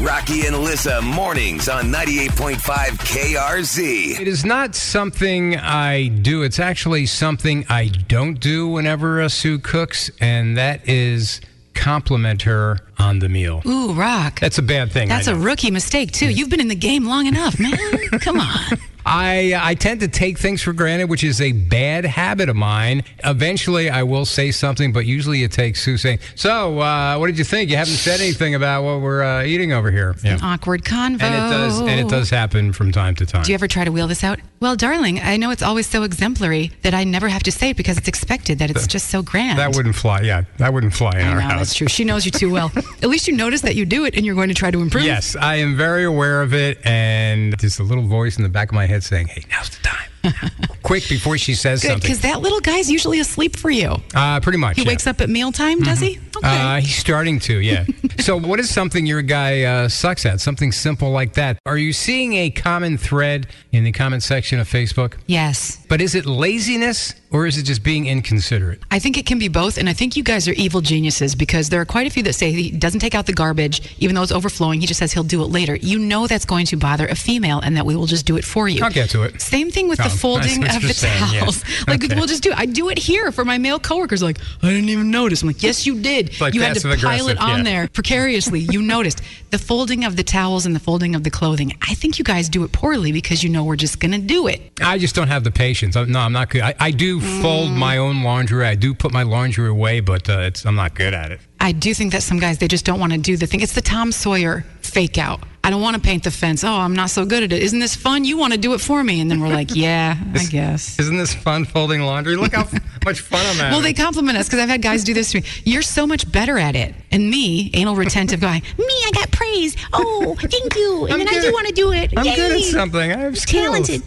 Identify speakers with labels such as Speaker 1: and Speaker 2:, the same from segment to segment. Speaker 1: Rocky and Alyssa mornings on 98.5 KRZ.
Speaker 2: It is not something I do. It's actually something I don't do whenever uh, Sue cooks, and that is compliment her on the meal.
Speaker 3: Ooh, Rock.
Speaker 2: That's a bad thing.
Speaker 3: That's
Speaker 2: I
Speaker 3: a
Speaker 2: know.
Speaker 3: rookie mistake, too. You've been in the game long enough, man. Come on.
Speaker 2: I I tend to take things for granted, which is a bad habit of mine. Eventually, I will say something, but usually it takes Sue saying, "So, uh, what did you think? You haven't said anything about what we're uh, eating over here." Yeah.
Speaker 3: Awkward convo.
Speaker 2: And it does, and it does happen from time to time.
Speaker 3: Oh. Do you ever try to wheel this out? Well, darling, I know it's always so exemplary that I never have to say it because it's expected that it's just so grand.
Speaker 2: that wouldn't fly. Yeah, that wouldn't fly in
Speaker 3: I
Speaker 2: our
Speaker 3: know,
Speaker 2: house.
Speaker 3: that's true. She knows you too well. At least you notice that you do it and you're going to try to improve. Uh,
Speaker 2: Yes, I am very aware of it, and there's a little voice in the back of my head saying, "Hey, now's the time." Quick before she says
Speaker 3: Good,
Speaker 2: something.
Speaker 3: because that little guy's usually asleep for you.
Speaker 2: Uh, pretty much.
Speaker 3: He
Speaker 2: yeah.
Speaker 3: wakes up at mealtime, does he? Okay.
Speaker 2: Uh, he's starting to, yeah. so, what is something your guy uh, sucks at? Something simple like that. Are you seeing a common thread in the comment section of Facebook?
Speaker 3: yes.
Speaker 2: But is it laziness or is it just being inconsiderate?
Speaker 3: I think it can be both, and I think you guys are evil geniuses because there are quite a few that say he doesn't take out the garbage, even though it's overflowing. He just says he'll do it later. You know that's going to bother a female, and that we will just do it for you.
Speaker 2: I'll get to it.
Speaker 3: Same thing with
Speaker 2: Oh, I
Speaker 3: the
Speaker 2: see
Speaker 3: folding
Speaker 2: what
Speaker 3: of
Speaker 2: you're
Speaker 3: the
Speaker 2: saying, yeah.
Speaker 3: towels. Like
Speaker 2: Okay.
Speaker 3: we'll just do. I do it here for my male coworkers. Like I didn't even notice. I'm like, yes, you did.
Speaker 2: like
Speaker 3: you had to
Speaker 2: passive aggressive,
Speaker 3: pile it on
Speaker 2: yeah.
Speaker 3: there precariously. You noticed the folding of the towels and the folding of the clothing. I think you guys do it poorly because you know we're just gonna do it.
Speaker 2: I just don't have the patience. I'm, no, I'm not good. I, I do fold
Speaker 3: Mm.
Speaker 2: my own laundry. I do put my laundry away, but uh, it's, I'm not good at it.
Speaker 3: I do think that some guys they just don't want to do the thing. It's the Tom Sawyer fake out. I don't want to paint the fence. Oh, I'm not so good at it. Isn't this fun? You want to do it for me? And then we're like, yeah, I guess.
Speaker 2: Isn't this fun folding laundry? Look how much fun I'm having.
Speaker 3: Well, they compliment us because I've had guys do this to me. You're so much better at it. And me, anal retentive guy,
Speaker 4: Me, I got praise. Oh, thank you. And
Speaker 2: I'm
Speaker 4: then I
Speaker 2: good
Speaker 4: do
Speaker 2: at-
Speaker 4: want to do it.
Speaker 2: I'm
Speaker 4: Yay.
Speaker 2: good at something. I have skills.
Speaker 4: Talented.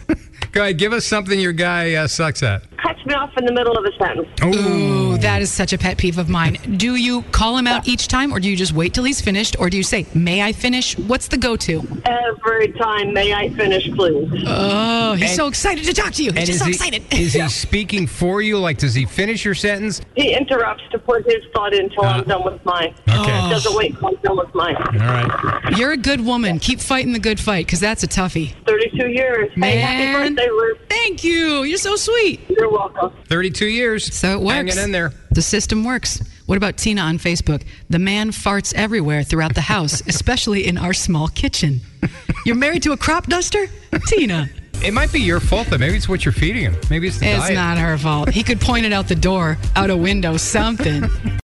Speaker 2: Go ahead, give us something your guy uh, sucks at.
Speaker 5: cuts me off in the middle of a sentence.
Speaker 3: ooh, that is such a pet peeve of mine. Do you call him out each time, or do you just wait till he's finished, or do you say, "May I finish?" What's the go-to?
Speaker 5: Every time, may I finish, please?
Speaker 3: Oh, he's so excited to talk to you. He's just so
Speaker 2: he,
Speaker 3: excited.
Speaker 2: is he speaking for you? Like, does he finish your sentence?
Speaker 5: He interrupts to put his thought in until I'm done with mine.
Speaker 2: Okay.
Speaker 5: Doesn't wait till I'm done with mine.
Speaker 2: All right.
Speaker 3: You're a good woman. Keep fighting the good fight because that's a toughie.
Speaker 5: 32 years. Hey, happy
Speaker 3: Man.
Speaker 5: birthday, Liz.
Speaker 3: Thank you. You're so sweet.
Speaker 5: You're welcome.
Speaker 2: 32 years.
Speaker 3: So it works.
Speaker 2: Hanging in there.
Speaker 3: The system works. What about Tina on Facebook? The man farts everywhere throughout the house, especially in our small kitchen. You're married to a crop duster? Tina.
Speaker 2: It might be your fault, though. Maybe it's what you're feeding him. Maybe it's the
Speaker 3: It's
Speaker 2: diet.
Speaker 3: not her fault. He could point it out the door, out a window, something.